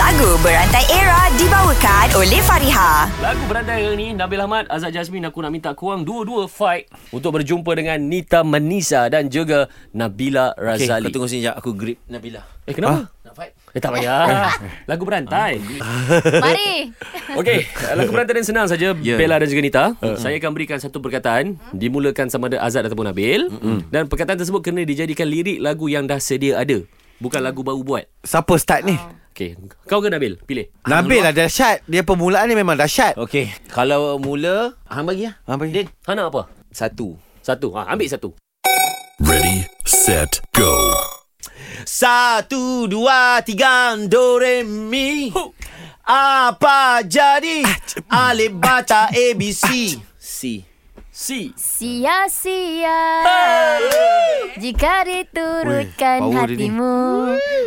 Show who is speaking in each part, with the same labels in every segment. Speaker 1: Lagu Berantai Era dibawakan oleh Fariha.
Speaker 2: Lagu berantai hari ni Nabil Ahmad, Azad Jasmine Aku nak minta korang dua-dua fight Untuk berjumpa dengan Nita Manisa Dan juga Nabila
Speaker 3: Okay,
Speaker 2: Razali
Speaker 3: kau tunggu sini sekejap. Aku grip Nabila.
Speaker 2: Eh kenapa? Nak fight? Eh tak payah Lagu berantai
Speaker 4: Mari.
Speaker 2: Okey, lagu berantai dan senang saja yeah.
Speaker 3: Ya.
Speaker 2: Bella dan juga Nita Saya akan berikan satu perkataan Dimulakan sama ada Azad ataupun Nabil Dan perkataan tersebut kena dijadikan lirik lagu yang dah sedia ada Bukan lagu baru buat
Speaker 5: Siapa start ni?
Speaker 2: Okey, kau ke Nabil? Pilih
Speaker 5: Nabil lah dahsyat. Dia permulaan ni memang dahsyat.
Speaker 3: Okey. Kalau mula, hang bagi lah.
Speaker 5: Ha, bagi.
Speaker 2: Hana apa?
Speaker 3: Satu.
Speaker 2: Satu, ha, ambil satu
Speaker 6: Ready, set, go.
Speaker 3: Satu, dua, tiga, do, re, mi. Apa jadi? Alif bata A, B, C. C.
Speaker 2: C
Speaker 4: Sia-sia Jika diturutkan
Speaker 5: Ui, power dia ni.
Speaker 4: hatimu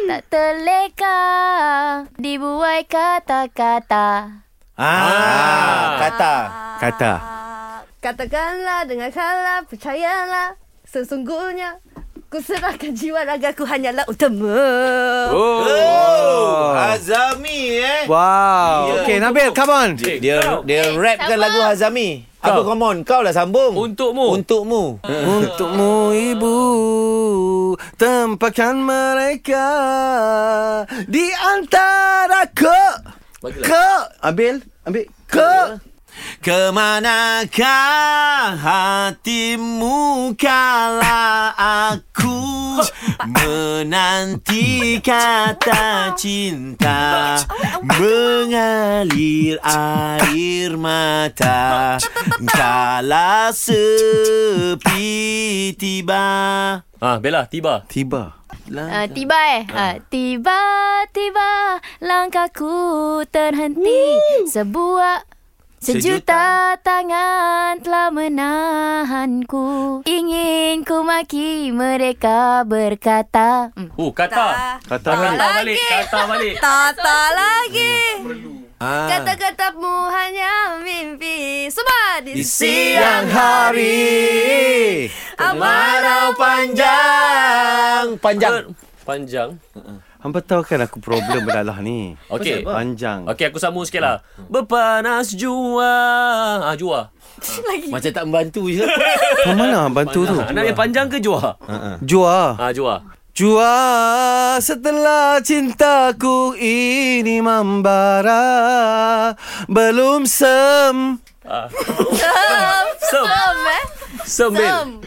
Speaker 4: Tak terleka Dibuai kata-kata
Speaker 3: Ah, kata.
Speaker 5: Kata.
Speaker 7: Katakanlah, dengarkanlah, percayalah Sesungguhnya Ku serahkan jiwa ragaku hanyalah utama
Speaker 3: Oh. Hazami eh.
Speaker 5: Wow.
Speaker 3: Ya.
Speaker 5: Okay, Nabil, come on.
Speaker 3: Dia dia
Speaker 4: Eh,
Speaker 3: rap kan
Speaker 4: sama.
Speaker 3: lagu Hazami. Aku come on, kau lah sambung.
Speaker 2: Untukmu.
Speaker 3: Untukmu.
Speaker 5: Untukmu ibu Tempatkan mereka Di antara ke Ke Ambil Ambil Ke
Speaker 3: Kemanakah hatimu kala aku menanti kata cinta mengalir air mata kala sepi tiba
Speaker 2: Ha, Bella, tiba
Speaker 5: Tiba
Speaker 4: Ah, Tiba eh Ah, Tiba-tiba Langkahku terhenti Sebuah Sejuta tangan telah menahanku Ingin ku maki mereka berkata Hmm.
Speaker 2: Oh, kata.
Speaker 5: Kata
Speaker 2: Kata
Speaker 5: balik.
Speaker 2: balik. Kata balik.
Speaker 7: Tata lagi Kata-katamu hanya mimpi Semua di
Speaker 3: siang hari Amarau panjang Panjang
Speaker 2: Panjang.
Speaker 5: Hampa tahu kan aku problem berdalah ni
Speaker 2: Okey.
Speaker 5: Panjang
Speaker 2: Okey, aku sambung sikit lah. Berpanas jua. Ah, jua.
Speaker 3: Macam tak membantu je
Speaker 5: Ke mana bantu tu
Speaker 2: Anak dia panjang ke jua?
Speaker 5: Jua
Speaker 2: Ah, jua.
Speaker 5: Jua setelah cintaku ini membara Belum sem
Speaker 2: Sem. Sembil.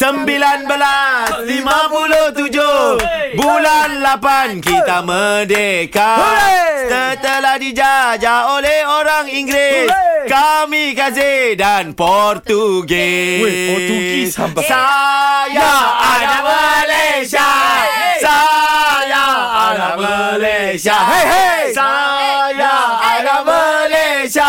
Speaker 3: Sembilan belas Lima puluh tujuh Bulan lapan Kita merdeka
Speaker 5: Hooray!
Speaker 3: Setelah dijajah oleh orang Inggeris
Speaker 5: Hooray!
Speaker 3: Kami kasih dan Portugis
Speaker 5: Weh, Portugis sampai- Ya,
Speaker 3: Saya anak Malaysia Saya anak Malaysia
Speaker 5: Hey, hey!
Speaker 3: Saya anak Malaysia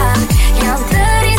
Speaker 4: yang teri